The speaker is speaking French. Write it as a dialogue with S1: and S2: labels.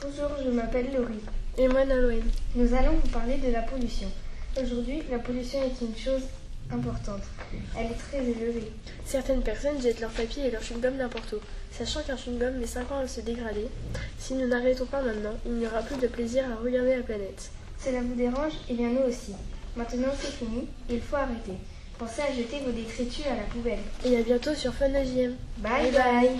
S1: Bonjour, je m'appelle Laurie.
S2: Et moi, Nolwenn.
S1: Nous allons vous parler de la pollution. Aujourd'hui, la pollution est une chose importante. Elle est très élevée.
S2: Certaines personnes jettent leurs papiers et leurs chewing-gums n'importe où, sachant qu'un chewing-gum met 5 ans à se dégrader. Si nous n'arrêtons pas maintenant, il n'y aura plus de plaisir à regarder la planète.
S1: Cela vous dérange Eh bien, nous aussi. Maintenant, c'est fini. Il faut arrêter. Pensez à jeter vos détritus à la poubelle.
S2: Et à bientôt sur Fun AJM.
S1: bye. bye.